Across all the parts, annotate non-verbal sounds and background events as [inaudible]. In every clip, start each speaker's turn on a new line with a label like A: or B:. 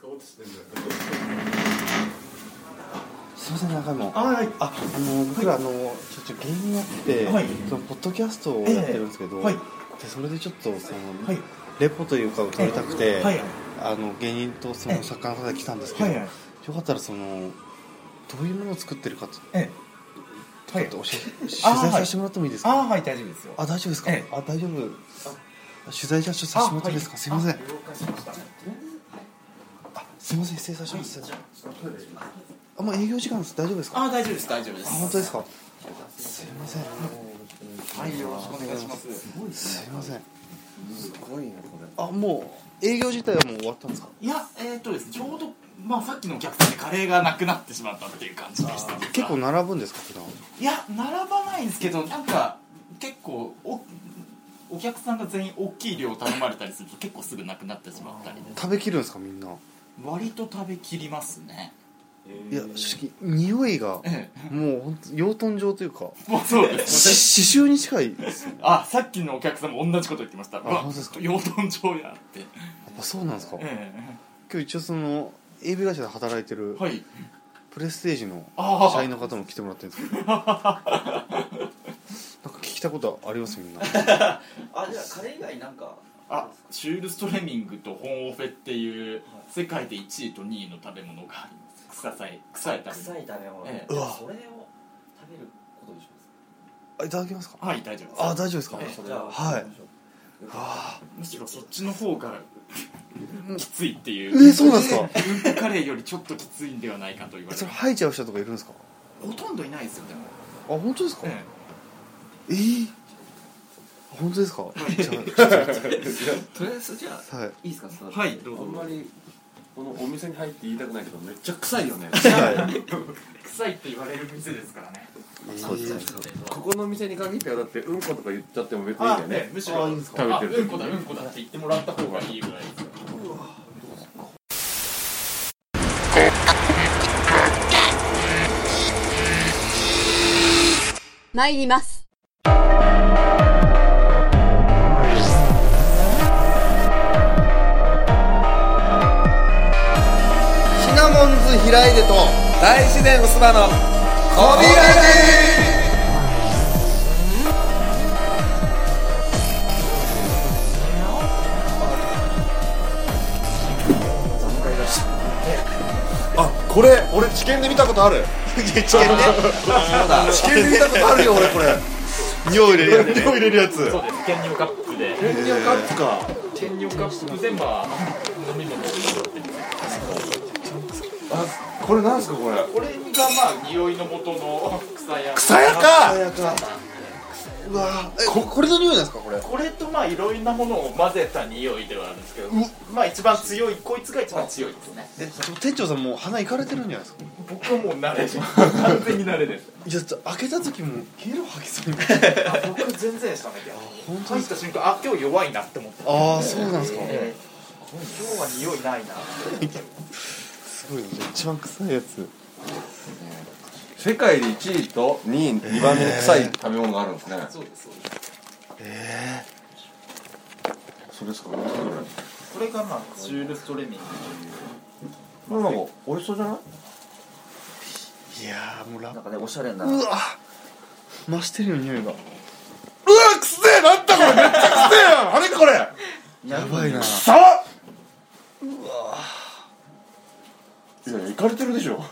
A: 買おうとしてるんだよ
B: すいません中身も
A: あはい
B: ああの僕ら、あのちょっと芸人やって、
A: はい
B: そのポッドキャストをやってるんですけど、
A: ええはい
B: でそれでちょっとその、
A: はい
B: レポというかを取りたくて、
A: ええはい
B: あの芸人とその作家の方が来たんですけど、
A: ええはいは
B: よかったらそのどういうものを作ってるかちょっ
A: ええ
B: と教
A: はい
B: え、取
A: あ
B: 材させてもらってもいいですか
A: あはい大丈夫ですよ
B: あ大丈夫ですか、
A: ええ
B: あ大丈夫取材させてもらっていいですか、すいません
A: 了解しました
B: あすいません失礼させてもらってあもう営業時間です大丈夫ですか
A: あ大丈夫です大丈夫で
B: あ
A: す
B: 本当ですかすいません
A: はいよろしくお願いします
B: すいません
C: すごいなこれ
B: あもう営業自体はもう終わったんですか
A: いやえーっとですねちょうどまあさっきのお客さんでカレーがなくなってしまったっていう感じでした
B: 結構並ぶんですか普段
A: いや並ばないんですけどなんか結構おお客さんが全員大きい量頼まれたりすると結構すぐなくなってしまったりで
B: 食べきるんですかみんな
A: 割と食べきりますね
B: いや正直匂いが
A: え
B: もう本当養豚場というか
A: もうそう
B: し
A: で
B: [laughs]
A: す
B: 刺繍に近いですよ
A: あさっきのお客さんも同じこと言ってましたま
B: 本当ですか
A: 養豚場やって
B: やっぱそうなんですか今
A: え
B: 日一応その AB 会社で働いて
A: え
B: る
A: はい
B: プレステージの
A: ああ
B: 社員の方も来てもらってるんですけどなんか聞きたことありますみんな
C: あじゃあカレー以外なんか
A: あシュール・ストレミングとホンオフェっていう世界で1位と2位の食べ物があります臭さい臭い食べ
C: 臭
A: 物
C: い食べ物、
A: え
B: えうわ
C: それを食べることにしま
B: あいただけますか
A: はい大丈夫です
B: あ大丈夫ですか
A: ええ
C: す
A: そ
C: じゃあ
B: はい
C: 行きましょう
B: あ
A: むしろそっちの方がきついってい
B: え
A: う
B: ー、そうなんですか
A: うんこカレーよりちょっときついんではないかと言われ
B: そ
A: る
B: れ吐いちゃう人とかいるんですか
A: ほとんどいないですよでも、
B: あ本当ですか、
A: え
B: えー、あ本当ですかじゃあちょっ
D: とりあえずじゃあ
B: とはい
D: いいですか座っ
A: え
D: て
A: はいど
C: [laughs]
A: う
C: あ
A: ぞ
C: んまりこのお店に入って言いたくないけどめっちゃ臭いよ
A: [laughs]
C: ね
A: 臭いって言われる店ですからね
B: そうですね
C: ここの店に限ってはだってうんことか言っちゃっても別にいいん
A: あ
C: だよ
A: ね
C: ね
A: むしろ
B: あいいんです
C: か
A: あうんこだうんこだって言ってもらった方がいいぐらいですよ
E: 参ります。
B: シナモンズ開いでと
C: 大自然のそばのコビラ
F: あこれ俺知見で見たことある
B: 知見ね
F: 知見で見たことあるよ俺これ
B: 尿入れるやつ
F: 量入れるやつ
A: そうです天乳カップで
F: 天然カップか
A: 天乳カップでまあ飲み物を
F: あこれなんすかこれ
A: これがまあ匂いの元の草屋
F: 草やか
B: うわえここれの匂いなんですかこれ
A: これとまあいろいろなものを混ぜた匂いではあるんですけどまあ一番強いこいつが一番強いですね
B: えそ店長さんもう鼻いかれてるんじゃないですか
A: 僕はもう慣れてます完全に慣れです
B: いやちょっと開けた時もゲロ吐きそうに
A: あ僕全然したね
B: 本当で
A: 入っ
B: すか
A: た瞬間あ今日弱いなって思って
B: ああそうなんですか、
A: えー今日は匂いないな
B: すごいね一番臭いやつ
F: 世界で1位と2位2番目に臭い食べ物があるんですね
A: そうですそうです
F: それですかこれこ
A: これがまあシュールストレミング
F: れなんか美味しそうじゃない
B: いやーもうラッ
D: なんかねおしゃれな
B: うわ増してるよ匂いが
F: うわくせえなんだこれめっちゃくせえやんあれこれ
B: やばいな
F: 臭っうわいやいかれてるでしょ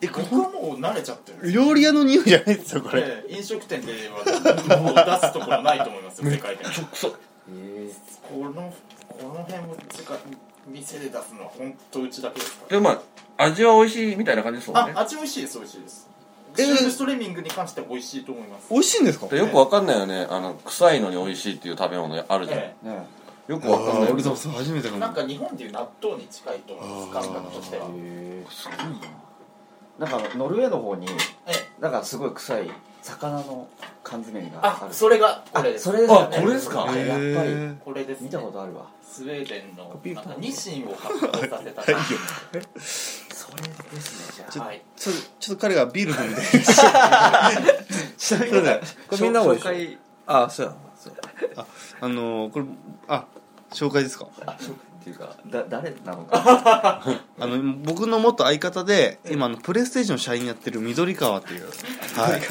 B: え
A: という僕はもう慣れちゃってるんですよ
B: 料理屋の匂いじゃないですよこれ
A: えー飲食店ではもう出すところないと思いますよ世界で
F: ちょくそ
A: このこの辺もてか店で出すのは本当うちだけですから
F: でもまあ味は美味しいみたいな感じですもん
A: あ
F: ね
A: 味美味しいです美味しいです
B: え
A: シュールストレミングに関しては美味しいと思います
B: 美味しいんですか
F: でよくわかんないよねあの臭いのに美味しいっていう食べ物あるじゃん、
A: え
F: よくわかんない
B: 俺でもそう初めてか
A: え
B: も
A: なんか日本でいう納豆に近いと思います感覚としては
D: なんかノルウェーの方に
A: ええ
D: なんかすごい臭い魚の缶詰があ
A: あ
D: る
A: それがこれです
D: それですよ
F: あこれですか
D: あやっぱり
A: これです、ね、
D: 見たことあるわ
A: スウェーデンのなんかニシンを発酵させた
D: それですねじゃあ
A: はい
B: ちょちょっと彼がビール飲んで
D: ちなみ
B: そうだよこれみんなもでしょ
D: 紹介あそうやそう
B: あのー、これあ紹介ですか
D: っていうかだ誰なのか
B: あの僕の元相方で今あのプレイステージの社員やってる緑川っていう、はい、よ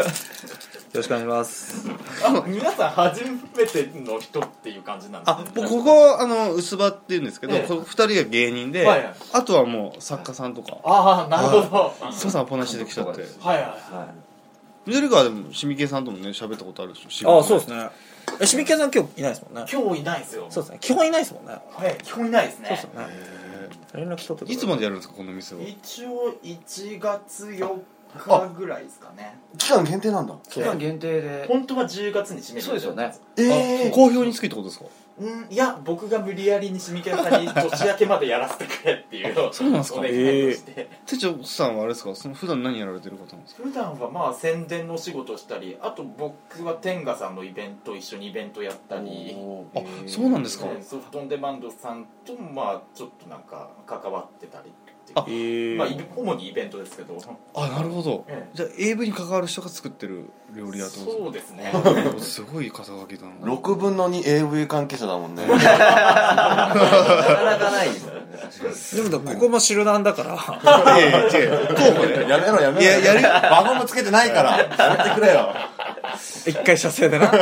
B: ろしくお願いします
A: あ皆さん初めての人っていう感じなんです
B: あ
A: ね
B: 僕ここあの薄葉っていうんですけど、
A: ええ
B: この2人が芸人で、
A: はいはい
B: あとはもう作家さんとか
A: ああなるほどはい
B: 須藤さんはポナシで来ちゃって
A: はいはい
B: 緑川でもシミケンさんともね喋ったことあるでしょ
E: ああそうですねえしみけんさん今日いないですもんね
A: 今日いないですよ
E: そうですね基本いないですもんね
A: はい基本いないですね
E: そうですよね連絡取って
B: いつまでやるんですかこの店は
A: 一応1月4日ぐらいですかね
B: 期間限定なんだ
D: 期間限定で
A: 本当は10月に締める
D: そうですよね
B: ええ好評につくってことですか
A: うんいや僕が無理やりにシミケンさんに年明けまでやらせてくれっていうのを
B: そうなんですか
A: お願いをして、
B: 手帳さんはあれですかその普段何やられてる方なんですか
A: 普段はまあ宣伝のお仕事したりあと僕は天下さんのイベント一緒にイベントやったり
B: あそうなんですか
A: ねソフトオンデマンドさんともまあちょっとなんか関わってたりっていう
B: あ
A: まあイベ主にイベントですけど
B: あなるほど
A: ええ
B: じゃあ AV に関わる人が作ってる料理屋ってこと
A: そうです
B: [laughs] で
A: ね
B: すかすごい肩書きだ
A: [laughs]
B: な
F: 6分の 2AV 関係者だ
C: [laughs]
F: もんね
D: なかなかないですよね確かに
E: でもここも汁なんだから
B: いやいや違
A: [laughs]
B: う
F: [laughs] やめろやめろ
B: いややるよ
F: 輪ゴムつけてないからやってくれよ
E: [laughs] 一回射精でな [laughs]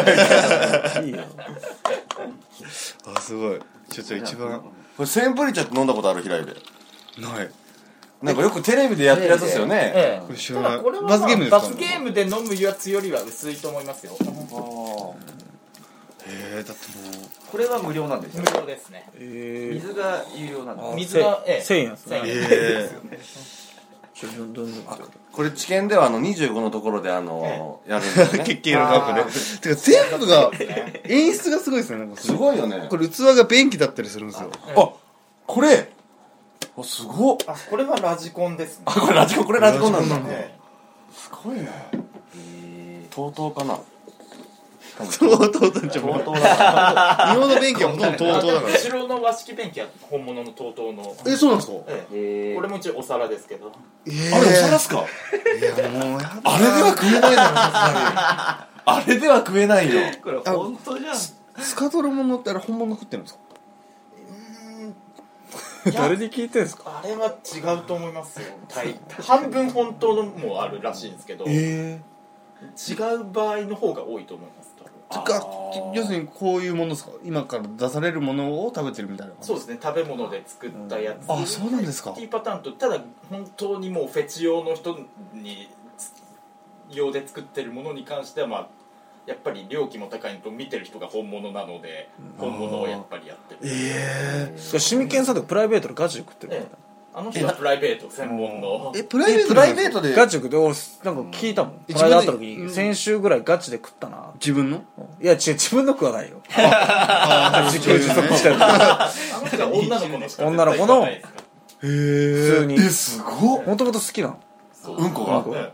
E: いいよ
B: あすごいちょっと一番
F: これセンブリ茶って飲んだことある平井で
B: ない
F: なんかよくテレビでやってるやつですよね、
A: え
B: これ知
A: え
B: ら
A: た
B: な
A: だ
B: い
A: これは、まあ、
B: 罰ゲームですか
A: 罰ゲームで飲むやつよりは薄いと思いますよ
B: へえだってもう
D: これは無料なんですよ
A: 無料ですね
E: え
D: 水が有料なんで
E: ー
A: 水が
E: せ
A: ええ
E: 1000円です
A: 1000
E: ね
A: 円
B: ええ
E: ちょどんどんどん
F: これ知見ではあの25のところであのやるんだよね
B: 結景のカップでてか全部が演出がすごいですねなんか
F: [laughs] す
B: い
F: ごいよね
B: これ器が便器だったりするんですよ
F: あこれあすごっ
A: あこれはラジコンですね
F: あこれラジコンこれラジコンなんだ
A: え
F: すごいなとうとうかな
B: そうとうとうちゃんもう日本の便器はほとんどとうとうだから
A: 後ろの和式便器は本物の TOTO の、
B: えそうなんですか
A: ええ
D: え
A: これも一応お皿ですけど
B: え
F: あれお皿
B: え
F: っすか
B: いやもうやだ
F: あれでは食えないよあれでは食えないよ
D: これ本当じゃん
B: スカトロも乗ってあれ本物食ってるんですか
E: 誰で聞いてんすか
A: あれは違うと思いますよ大半分本当のもあるらしいんですけど、
B: ええ
A: 違う場合の方が多いと思います多分
B: つか要するにこういうものですか今から出されるものを食べてるみたいな感じ
A: そうですね食べ物で作ったやつ、
B: あそうなんですか
A: ティーパターンとただ本当にもうフェチ用の人に用で作ってるものに関してはまあやっぱり料金も高いのと見てる人が本物なので本物をやっぱりやってる
B: え
E: シミケンさんとかプライベートでガチで食ってるから
A: ええあの人はプライベート専門の
B: えプライベートなんですか
F: ト
E: ガチで食っておすなんか聞いたもんこの間会った時に先週ぐらいガチで食ったな
B: 自分の
E: いや違う自分の食わないよ
B: あ
E: [laughs] 自給自足してる
A: あの人が女の子のしか
E: 女の子の
A: 絶対知らないですから
B: へ
E: 普通
B: え
E: に
F: えすごっ
E: もともと好きなの
F: うんこが
A: え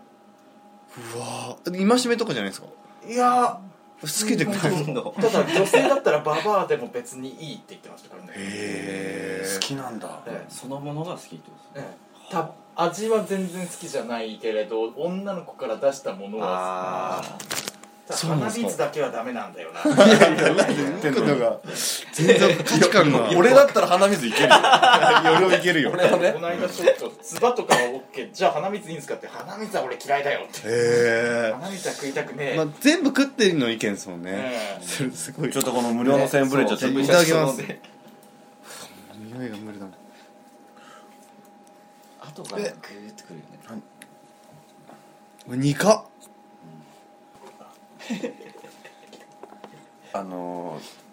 B: うわ今しめとかじゃないですか
A: えいや
B: つけてくれるんだ
A: ーただ女性だったらババアでも別にいいって言ってましたからね
B: へ
F: 好きなんだ
A: ええ
D: そのものが好きってことです
A: え
D: ね
A: えた味は全然好きじゃないけれど女の子から出したものは
D: あ
A: ただ
B: そうなん
A: 鼻
B: ですか
A: 水だけはダメなんだよな
B: [laughs] 全然価値観が
F: 俺だったら鼻水いけるよ
B: よりいけるよ
F: これはね
A: この間ちょっと唾とかは OK じゃあ鼻水いいんですかって鼻水は俺嫌いだよって
B: へ
A: 鼻水は食いたくね
B: え
A: え、
B: まあ全部食ってるの意見ですもんね
A: ええ
B: それすごい
F: ちょっとこの無料のセンブリ茶ちょっと
B: いただきます匂いが無理だもん
D: 後からグーッとくるよね
B: これニカ
F: あのー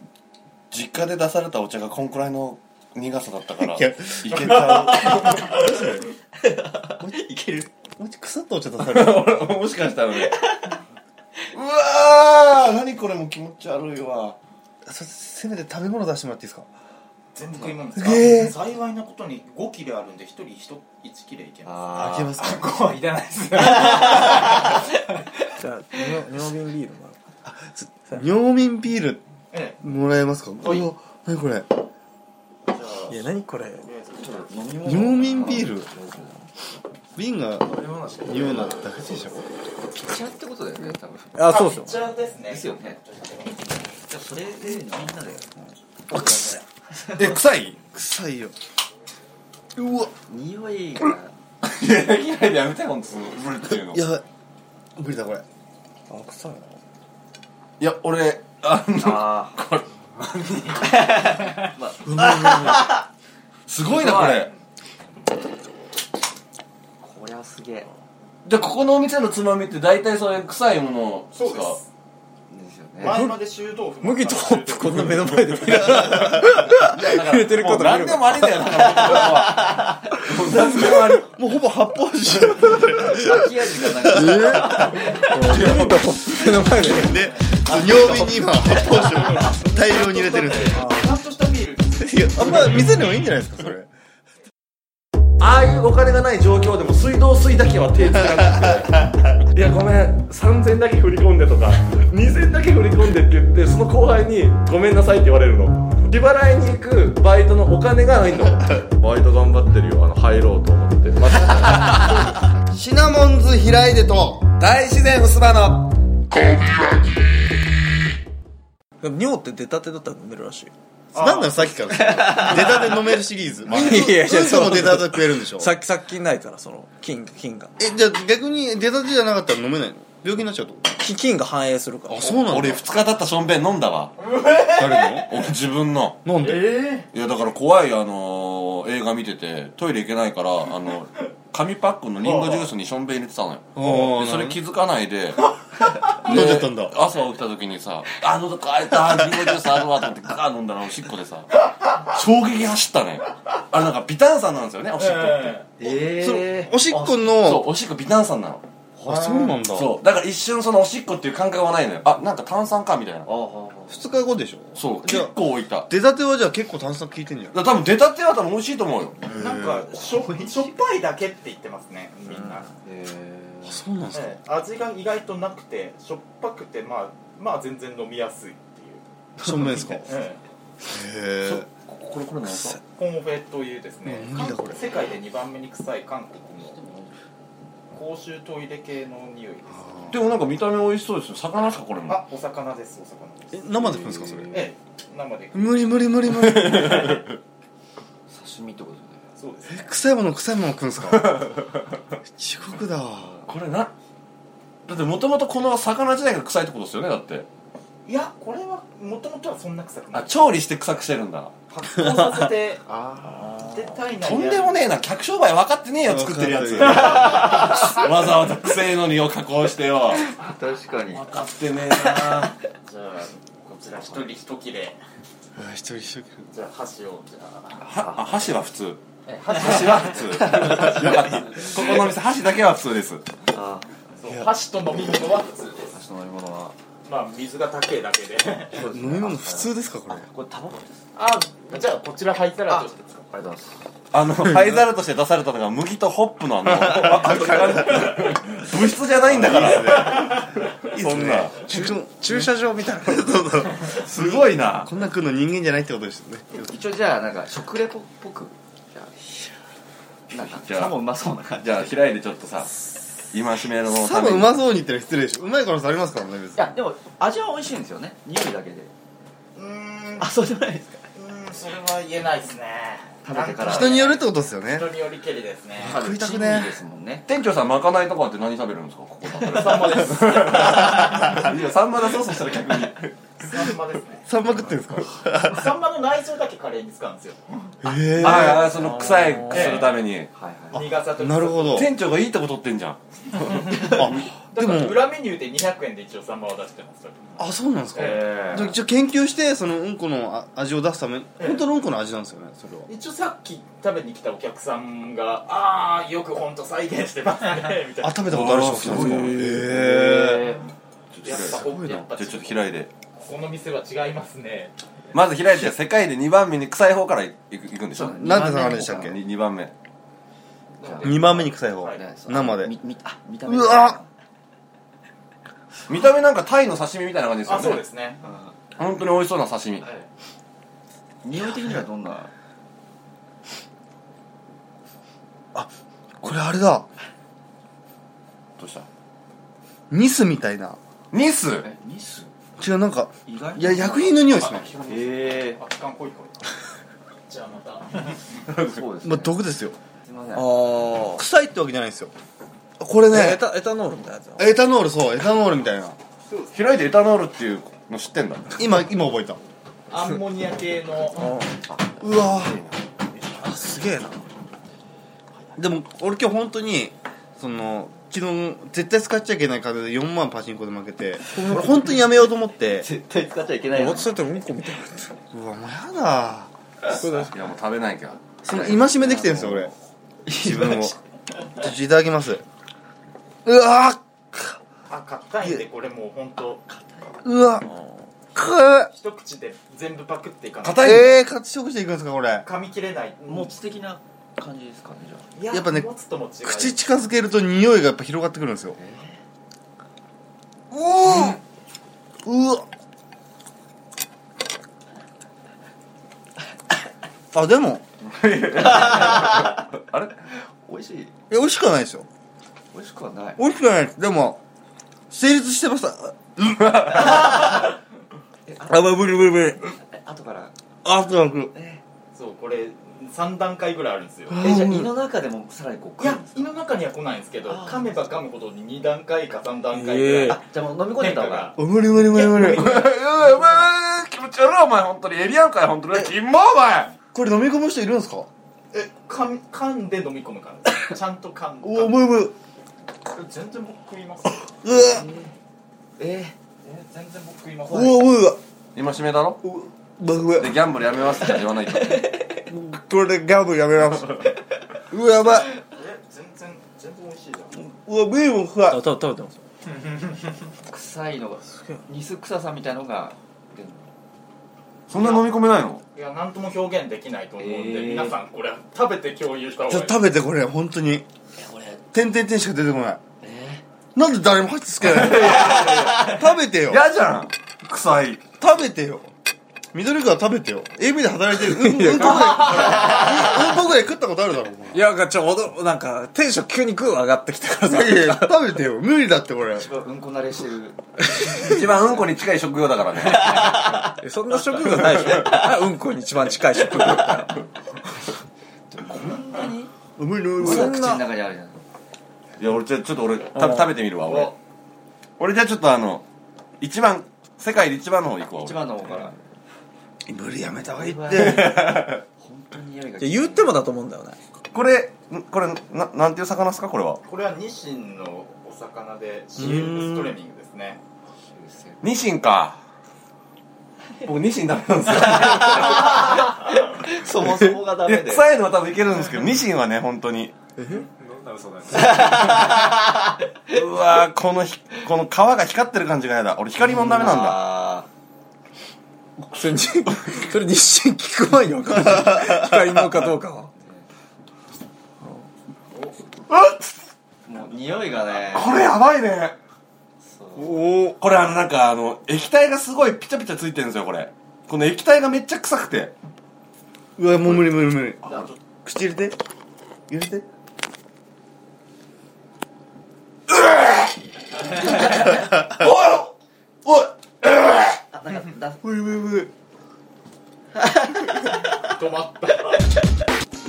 F: 実家で出されたお茶がこんくらいの苦さだったからい
B: いや
F: けちゃ
D: いける
B: もち腐ったお茶出される
F: う [laughs] もしかしたらねうわー何これも気持ち悪いわ
B: そせめて食べ物出してもらっていいですか
A: 全部食い物ですか、
B: ええ
A: 幸いなことに5切れあるんで1人 1, 1切れいけます
D: あ
B: 開け
D: ー
B: ます
A: あ
B: か
A: 5はいらないですね
E: じゃあ尿瓶ビールも
B: 尿眠ビール
A: え
B: もらえますかう
A: はい
B: わ何これ
A: えじゃ
E: あるいや何これ
A: あとりあえず
D: ちょっと飲み物
B: 尿眠ビール瓶が尿なだけでしょ
D: ピッチャーってことだよね多分
E: あそうですよ
A: ピッチャーですね
D: ですよねじゃあそれでみんなで
A: これこれ
G: え臭い
B: 臭いようわ
D: 匂いが
F: いや嫌いでやめてほんと無理っていうの
B: やばい無理だこれ
E: あ臭いない
F: や俺あの
D: ああ
F: すごいなこれ
D: こりゃすげえ
F: じゃあここのお店のつまみって大体そういう臭いものですか
A: そうです
D: ですよね
A: 前まで臭豆腐
E: 麦とホップこんな目の前で見ら触れてるこ
F: もう
E: と見る
F: 何でもありだよなもう何でもあり
B: もうほぼ発泡酒
D: 焼き味がなんか
E: 麦とホップの目の前で
B: で曜日に今発泡酒を大量に入れてるんですよ
A: ちゃんとしたビール
B: いやあんま店でもいいんじゃないですかそれ
G: ああいうお金がない状況でも水道水だけは手つけなくていやごめん3000だけ振り込んでとか2000だけ振り込んでって言ってその後輩にごめんなさいって言われるの支払いに行くバイトのお金がないのバイト頑張ってるよあの入ろうと思ってまず
B: [laughs] シナモンズ開いでと
G: 大自然薄葉の
E: でも尿って出たてだったら飲めるらしい
B: なんだよさっきから出たて飲めるシリ [laughs] ーズ
E: いやいや
B: うんこも出たて食えるんでしょ
E: さっき殺菌ないからその菌菌が
B: えじゃあ逆に出たてじゃなかったら飲めないの病気になっちゃうってこ
E: 菌菌が反映するから
B: とあそうなんだ
F: 俺2日経ったしょんべん飲んだわ
B: 誰の
F: 俺自分の
B: なんで
F: いやだから怖いあのー映画見ててトイレ行けな
B: [laughs]
F: いからあの紙パックのリンゴジュースにしょんべん入れてたのよ
B: ああ
F: でそれ気づかな
B: [laughs]
F: いで
B: 飲んじゃったんだ
F: 朝起きた時にさ「あ喉乾いたリンゴジュースあるわ」と思ってガーッ飲んだらおしっこで
B: [laughs]
F: さ衝撃走ったねあれなんか微炭酸なんですよねおしっこって
B: そ
D: え
B: のおしっこ
F: そう
B: の
F: おしっこ微炭酸なの
B: あそうなんだ
F: そうだから一瞬そのおしっこっていう感覚はないのよあなんか炭酸かみたいな
D: ああああ
B: 2日後でしょ
F: そう
B: じゃあ
F: 結構置いた
B: 出たてはじゃあ結構炭酸効いてんじゃん
F: だから多分出たては多分美味しいと思うよ
A: なんかしょしょっぱいだけって言ってますねみんな、
B: あそうなんですか
A: ええ味が意外となくてしょっぱくてまあまあ全然飲みやすいっていう、
B: [laughs] 正面ですかへ
A: え
B: え
F: ここれこれ何ですか
A: え、コンフェというですね
B: うんなんだ
A: 韓
B: こ
A: 国
B: れ
A: 世界で2番目に臭い韓国の公衆トイレ系の匂いです
F: でもなんか見た目美味しそうですよ魚ですかこれも
A: あお魚ですお魚で
B: え
A: す
B: 生で食うんですかそれ
A: ええ生で
B: 無理無理無理無理
D: 刺身ってことだよね
A: そうです
B: [laughs]
A: ね
B: 臭いもの臭いもの食うん [laughs] ですか地獄だわ
F: これなだってもともとこの魚自体が臭いってことですよねだって
A: いやこれはもともとはそんな臭くな
F: あ
A: い
F: 調理して臭くしてるんだ
A: 発酵させて
D: あ
A: で体内
F: とんでもねえな客商売分かってねえよ作ってるやつ
B: 分
F: わざ [laughs] わざ臭えのにを加工してよ
D: あ確かに
F: 分かってねえな
A: じゃあこちら一人一切れ
B: うわ一人一人
A: じゃあ箸をじゃあ
F: はあ箸は普通
A: ええ箸
F: 箸は普通よかったここのお店箸だけは普通です
D: ああ
A: そう箸と飲み物は普通です
D: 私の飲み物は
A: まあ水が高いだけで
B: 飲み物普通ですかこれ
D: これタバコです
A: あじゃあこちら灰皿として使う
D: ありがとうございます
F: あの灰皿として出されたのが麦とホップのあのあ物質じゃないんだからそんな
B: 駐
E: 駐車場み
B: [laughs]
E: たいな
F: すごいな
B: こんな食うの人間じゃないってことですよね
D: 一応じゃあなんか食レポっぽくじゃあなんか
F: じゃあ
D: サもうまそうな感じ
F: じゃあ開いてちょっとさ今しめのの
B: 多
F: ため
B: 分う
F: に
B: まそうに言ってる失礼でしょうまい可能性ありますからね別
D: い
B: に
D: やでも味は美味しいんですよね匂いだけで
A: うーん
D: あそうじゃないですか
A: うーんそれは言えないですね
D: 食べてから
A: なん
B: 人によるってことですよね
A: 人によりけりですね
B: 食いたくね
D: まあ珍味ですもんね
F: 店長さんまかないとかって何食べるんですかここだった
A: サンマです
F: らいやサンマだそうそしたら逆に
A: サンマですね
B: 三幕ってんですか
A: サンマの内臓だけカレーに使うんですよ
B: え
F: ああその臭いするために
D: はいはい
A: 苦さと
B: えなるほど
F: 店長がいいとこ取ってんじゃん
A: だから裏メニューで200円で一応サンマは出してます
B: あそうなんですか
A: え
B: じゃあ一応研究してそのうんこのあ味を出すため本当のうんこの味なんですよねそれは
A: え一応さっき食べに来たお客さんがああよく本当再現してますねみたいな
B: あ食べたことある人
F: あー
B: も来たんですか
F: すごい
B: へえ
A: やっぱ
F: じ
A: 本当やっぱ
F: ゃあちょっと開いて
A: この店は違いますね
F: まず開いて世界で2番目に臭い方からいいくいくんでしょ
B: なんて魚でしたっけ
F: 2番目
B: 2番目に臭い方
A: はい
B: 生で
D: みみあ見た目
B: うわ
F: 見た目なんかタイの刺身みたいな感じですよ
A: あ
F: ね
A: そうですね
D: うん
F: 本当に美味しそうな刺身
A: はい
D: 匂い的にはどんな
B: これあれだ
F: どうした
B: ニスみたいな
F: ニス
D: えニス
B: 違うなんか
D: 意外
B: いや薬品の匂いですね
D: へえ
A: あ、期間濃いこれじゃあまた
D: そうです
B: ま
D: ね
B: あ、毒ですよ
D: すいません
E: あ
B: 臭いってわけじゃないですよこれ
E: あ、ね、エ
B: ね
E: タエタノールみたいなやつだ
B: エタノールそうエタノールみたいな
F: 開いてエタノールっていうの知ってんだ
B: 今今覚えた
A: アンモニア系の
B: うわあすげえなでも俺今日本当にその昨日絶対使っちゃいけない金で4万パチンコで負けて俺本当にやめようと思って
D: 絶対使っちゃいけない
E: 私だってうんこみたいな
B: うわもうやだ
F: いやもう食べないきゃ
B: その戒めできてるんですよ俺自分をちょっといただきますうわ
A: あ硬いんでこれもう本当
B: うわく
A: 一口で全部パクっていかない
F: 硬い
B: えー、勝ち食していくんですかこれ
A: 噛み切れない
D: 持つ的な感じですかねじゃあ
A: いや
B: やっぱね
A: 持つとも違う
B: 口近づけると匂いがやっぱ広がってくるんですよおおうわあでも
F: あれ
D: 美味しい
B: いや美味しくはないですよ
D: 美味しくはない
B: 美味しくはないですでも成立してました
D: えあ
B: あブリブリブリ
D: え後から
B: あとなく
A: そうこれ3段階ぐらいあるんですよ
D: えじゃあ胃の中でもさらにこう
A: いや
D: 来
A: 胃
D: る
A: の中には来ないんですけど
D: あー
A: 噛めば噛むほどに2段階か3段階ぐらい、
E: ええ
D: あじゃあもう飲み込んでた方が
B: あ無理無理無理無理
F: うわ気持ち悪いお前本当にエビやんかい本当にキモお前
B: これ飲み込む人いるんですか
A: え噛み噛んで飲み込むからちゃんと噛んで
B: おお無理無理
A: 全然僕食います
B: うわ
D: え
A: え全然僕食います
B: うわうわ
F: 今しめだろ
B: うわ
F: でギャンブルやめますって言わないと
B: これでギャブやめますうわやばい
A: え全然全然美味しいじゃん
B: うわビールも臭い
E: あ食べ食べてます
D: ー、臭いのがニス臭さみたいのが出るの
F: そんな飲み込めないの
A: いや何とも表現できないと思うんで、
D: えー
A: 皆さんこれ食べて共有した方
B: ち
A: が
B: ょ
A: いい
B: 食べてこれ本当に
D: えこれ
B: てんてんてんしか出てこない
D: え
B: なんで誰も入ってつけないの食べてよ
F: 嫌じゃん臭い
B: 食べてよ緑川食べてよ AB で働いてるうんうんこぐらいうんこぐらい食ったことあるだろお前
E: いやなんかちょっとなんかテンション急にグー上がってきたからさ
B: いやいや食べてよ無理だってこれ
D: ー、うんこ慣れしてる
F: 一番うんこに近い食用だからね
E: そんな職業ないでしょあうんこに一番近い職業
B: 無理無理無
D: ま
B: 理
D: だ口の中にあるじゃん
F: いや俺じゃあちょっと俺た
E: うん
F: 食べてみるわ俺俺じゃあちょっとあの一番世界で一番の方行くわ
D: 一
F: 俺
D: 番の方から
B: 無理やめた方がいいって
D: て本当に匂いが
E: 言ってもだと思うんだよね
F: これんこれななんていう魚ですかこれは
A: これはニシンのお魚でシールストレミングですね
F: ニシンか僕ニシンダメなんですよ
D: そもそもがダ
F: い
D: メ
A: [laughs]
F: や
D: で
F: 臭いのは多分いけるんですけどニシンはね本当に [laughs] うわーこのひこの皮が光ってる感じがやだ俺光りもんダメなんだ
D: あ
E: それにそれ日清聞く前に分かる [laughs] 光のかどうかは
D: ーもう匂いがね
F: これやばいね
D: そう
F: おおこれあのなんかあの液体がすごいピチャピチャついてるんですよこれこの液体がめっちゃ臭くて
B: うわもう無理無理無理
D: あちょっ
B: 口入れて入れ
D: [laughs]
B: て
F: おい
D: とあなんかだ
B: 無理無理無理
A: 止まった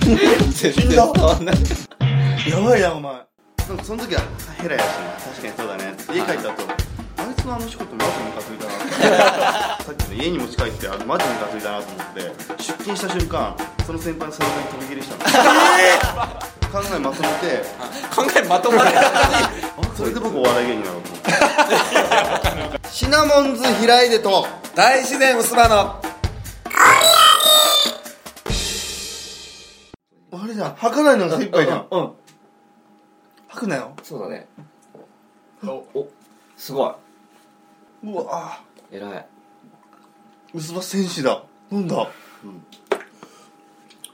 D: 全然伝わんない
B: やばいなお前でもその時はヘラやし確かにそうだね家帰った後あいつのあの仕事マジムカついたなってさっきの家に持ち帰ってあれマジムカついたなと思って出勤した瞬間その先輩の背中に飛び切りしたの考えまとめて
E: 考えまとまれ
B: それで僕お笑い芸人なのと思ってシナモンズ開いでと
E: 大自然薄葉の
B: あれじゃん吐かないのが精一杯じゃんうん吐くなよ
D: そうだね
A: お
D: おすご
B: うわ
D: い偉い
B: 薄葉戦士だなんだ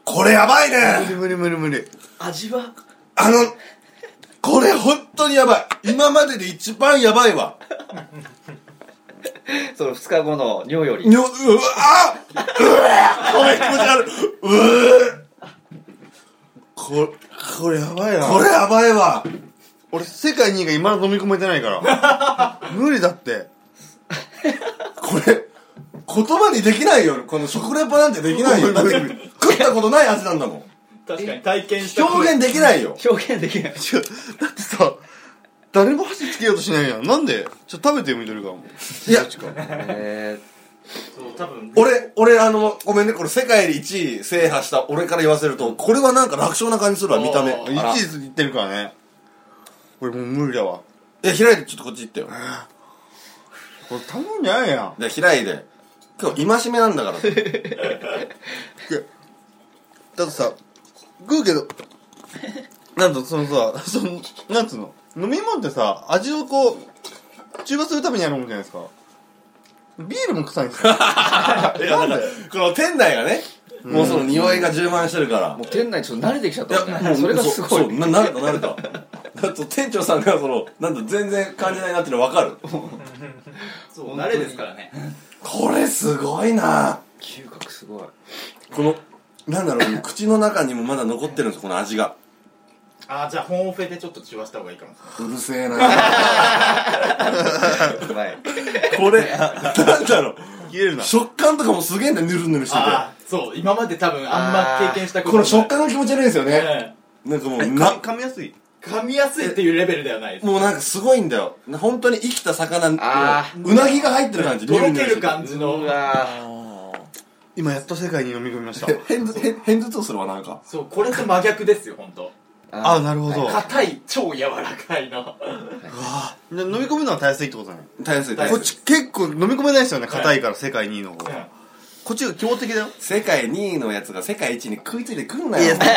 F: これやばいね
B: 無理無理無理無理
D: 味は
F: あのこれ本当にやばい今までで一番やばいわ
D: その2日後の尿より
F: にょうわあうわごめん気持ち悪いう
B: ここれやばいな
F: わこれやばいわ
B: [laughs] 俺世界2位が今まだ飲み込めてないから無理だって
F: ここれ、言葉にできないよ。この食レポなんてできないよ。だって食ったことない味なんだもん。
A: 確かに体験した
F: 表現できないよ。
D: 表現できない
B: 違うだってさ誰も箸つけようとしないやんなんでちょっと食べてよ緑川も
F: いや、
D: え
A: そう多分
F: 俺、俺、あの、ごめんね、これ世界で1位制覇した俺から言わせると、これはなんか楽勝な感じするわ、見た目。
A: あ
F: いや、
B: 1位いってるからね俺もう無理だわ
F: 開いて、ちょっとこっち行ってよ。
B: これ頼んじゃないやん
F: で、開いて。今日、戒めなんだから。
B: だってさ食うけどなんとそのさそのなんつうの飲み物ってさ味をこう中和するためにやるもんじゃないですかビールも臭いん
F: [laughs]
B: ですよなんで
F: この店内がね、もうその匂いが充満してるから
D: ー、。もう [laughs] 店内ちょっと慣れてきちゃっ
F: い
D: たもん
F: や、も
D: ね
F: う、
D: それがすご
F: そう、
D: い
F: な慣れた、慣れた。だと店長さんがその、なんと全然感じないなっていうの分かる。
A: そう慣れですからね
F: これすごいな
D: 嗅覚すごい
F: この、なんだろう、口の中にもまだ残ってるんですよ、この味が。
A: あーじゃあ本オフェでちょっと中和した方がいいかもしれな
F: うるせえな
D: うまい
F: これ、なんだろう、
B: 切れるな
F: 食感とかもすげえんだよ、ぬるぬるして
A: いあ
F: て。
A: あそう今まで多分あんま経験したこと
F: この食
A: 感
F: 感が気持ち悪いんですよね。なんかもう、な、
B: 噛みやすい
A: 噛みやすいっていうレベルではないです
F: もうなんかすごいんだよ。本当に生きた魚の
D: あ、
F: うなぎが入ってる感じ。
A: とろけ
F: ぬるぬるし
A: る
F: て
A: 感じの
B: 今やっと世界に飲み込みました
F: 変頭、変変頭痛するわ、なんか。
A: そうこれと真逆ですよ本当
B: あなるほど
A: 硬い超柔らかいの
B: で飲み込むのは耐えやすいってことだね
F: 耐えやすい、耐え
B: こ
F: や
B: っ
F: すい。
B: ち結構飲み込めないですよね硬いから世界2位の方がこっちが強敵だよ
F: 世界2位のやつが世界1位に食いついてくんなよ。
B: だか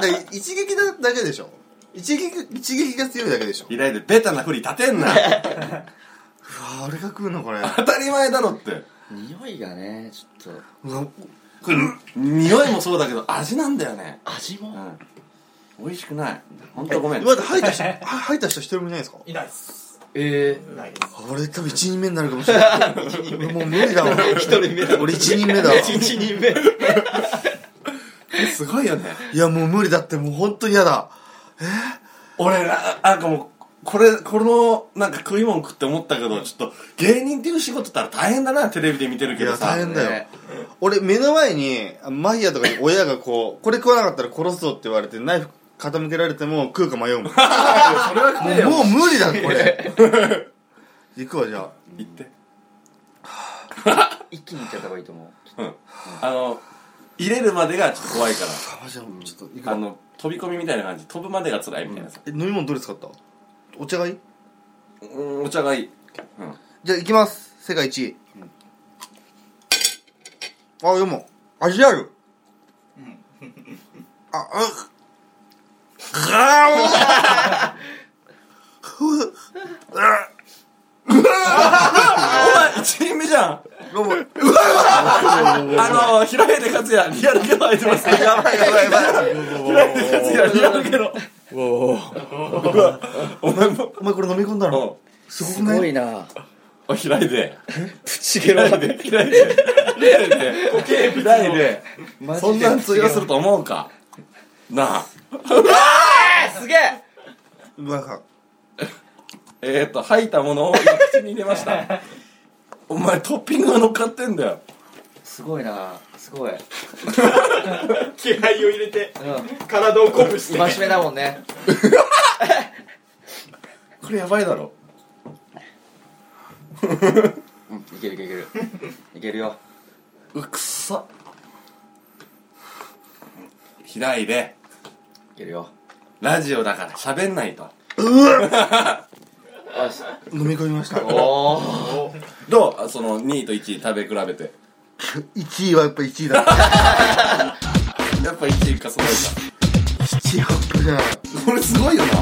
B: ら一撃だだけでしょ一撃一撃が強いだけでしょ
F: いないでベタなふり立てんな
B: うわ俺が食うのこれ
F: 当たり前だろって
D: 匂いがねちょっと
F: これ匂いもそうだけど味なんだよね
D: 味
F: う
D: も
F: ん美味しくない本当ごめん
B: 今まで入った [laughs] 人は入った人一人もいないですか
A: いないっす
D: え
A: いないです
B: あ俺多分1人目になるかもしれない [laughs] もう無理だわ一人目だ俺 [laughs] 一人目だわ
D: え一人目
F: すごいよね
B: いやもう無理だってもう本当に嫌だ
F: 俺ななんかもうこれこのなんか食い物食って思ったけどちょっと芸人っていう仕事ったら大変だなテレビで見てる
B: い
F: けど
B: や
F: さ
B: 大変だよ俺目の前にマフィアとかに親がこうこれ食わなかったら殺すぞって言われてナイフ傾けられても食うか迷うもんもうもう無理だこれ行くわじゃあ
F: 言って
D: 一気にいっちゃった方がいいと思
F: あの入れるまでがちょっと怖いか
B: あじゃあちょっと行く
F: らあ
B: わ
F: の飛び込みみたいな感じ飛ぶまでが辛いみたいなさ
B: え飲み物どれ使ったお茶がいい
F: うんお茶がい [laughs] い
B: じゃあ行きます世界一位、あでも味ある、ああ
F: 一人目じゃん
B: どうもや
F: あの、平出克也、リアルゲロ入ってます。平
B: ばいやばいやばい
F: 出克也、リアルゲロ。うわお前も、
B: お前これ飲み込んだの
F: お
B: すご
D: う
B: く
D: す
B: ない
D: ごいな
F: お、平出。
D: プチゲロまで
F: 平出。平出。固形平出。
D: マジで
F: そんなん通用すると思うか。なあ。
D: あすげえ
B: うわ
F: えーっと、吐いたものを今口に入れました。お前トッピングが乗っかってんだよ。
D: すごいなすごい
A: 気合を入れて
D: う
A: 体を鼓舞して
D: ん真面目だもんね
F: これやばいだろ。
D: うんいけるいけるいけるいけるよ
F: うっくっさ。平井で、
D: いけるよ
F: ラジオだから喋んないと。
D: よし
B: 飲み込みました
D: おー
F: どうあその2位と1位食べ比べて。
B: 1位はやっぱ1位だ
F: やっぱ1位かそのか。
B: 1位はやっぱじゃない
F: これすごいよな。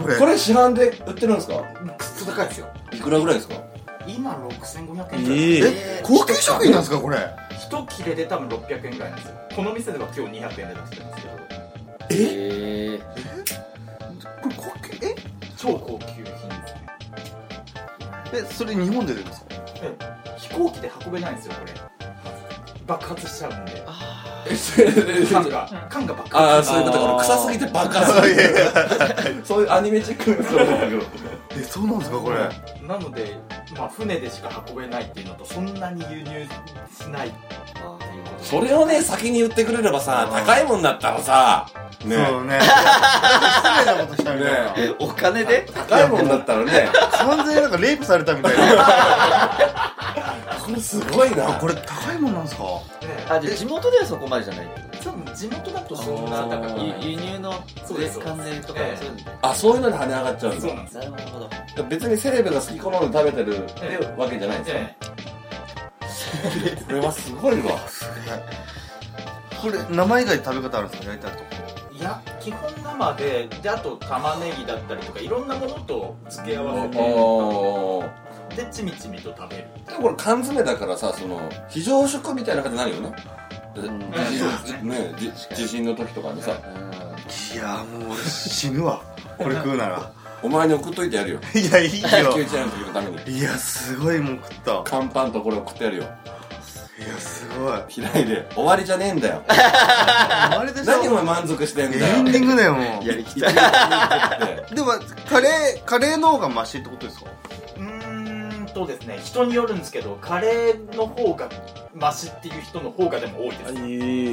B: これ
F: これ市販で売ってるんですか
A: くっそ高いですよ
F: いくらぐらいですか
A: 今6500円ぐらい
H: いい
B: え高級食品なんですかこれ
A: 一切れで多分600円ぐらいなんですよこの店では今日200円で出してるんですけど
D: え
B: これ高級え
A: 超高級
B: えそれ日本で出るんですか
A: 飛行機で運べないんですよこれ爆発しちゃうんで缶が缶が爆
F: ああ
A: 発しち
F: そういうことか臭すぎて爆発するそういうアニメチックな人なんだけど
B: えそうなんですかこれ
A: ゃうなので、まあ、船でしか運べないっていうのとそんなに輸入しないっていうこと
F: それをね先に言ってくれればさ高いもんだったらさ
B: ねそうね失礼なことしたみたいな、
D: えお金で
F: 高いもんだったらね
B: 完全になんかレイプされたみたい [laughs] な
F: これすごいな
B: これ高いもんなんですか
D: あじゃあ地元ではそこまでじゃない
A: 多分地元だとそんなだから
D: 輸輸入の
A: そうです
D: 関税とか
A: ええ
D: そういうので
F: あそういうのに跳ね上がっちゃうん
A: そうなんです
D: なるほど
F: だ別にセレブが好き好んで食べてる
A: ええ
F: わけじゃないんですよ
A: え
F: これはすごいわ
B: これ生以外食べ方あるんですか焼いたりとか
A: えいや基本生でであと玉ねぎだったりとかいろんなものと付け合わせて
F: おー
A: でちみちみと食べる
F: でもこれ缶詰だからさその非常食みたいな感じになるよね地震ねじ地震の時とかにさ
B: いやーもう俺死ぬわこれ食うなら
F: お前に送っといてやるよ
B: [laughs] いやいい
F: 緊急
B: よ
F: 事態の時のために
B: いやすごいもん食ったい
F: 乾パンとこれを食ってやるよ
B: やすごい
F: 開いで終わりじゃねえんだよ
B: あれでしょ
F: 何お前満足してんだ
B: エ
F: よ
B: ンディングだよもう
D: やりきっ
B: でもカレーカレーの方がマシってことですか
A: うーんとですね人によるんですけどカレーの方がマシっていう人の方がでも多いで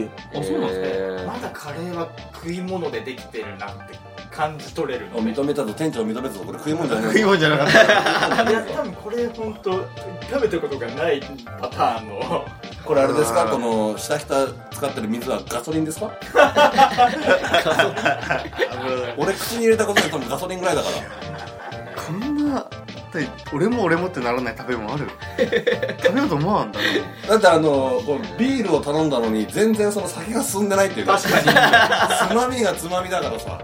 A: す
D: あそうなんです
A: まだカレーは食い物でできてるなって感じ取れるので
F: 認めたぞ店長認めたぞこれ食い物じゃね
B: 食い物じゃなかった
A: いや多分これ本当食べたことがないパターンの
F: えこれあれです
B: う
F: か
B: ん
F: この下下使ってる水はガソリンですか俺口に入れたことで多分ガソリンぐらいだから
B: こんな俺も俺もってならない食べ物ある食べようと思わんだね
F: だってあのこうビールを頼んだのに全然その先が進んでないっていう確かにつまみがつまみだからさ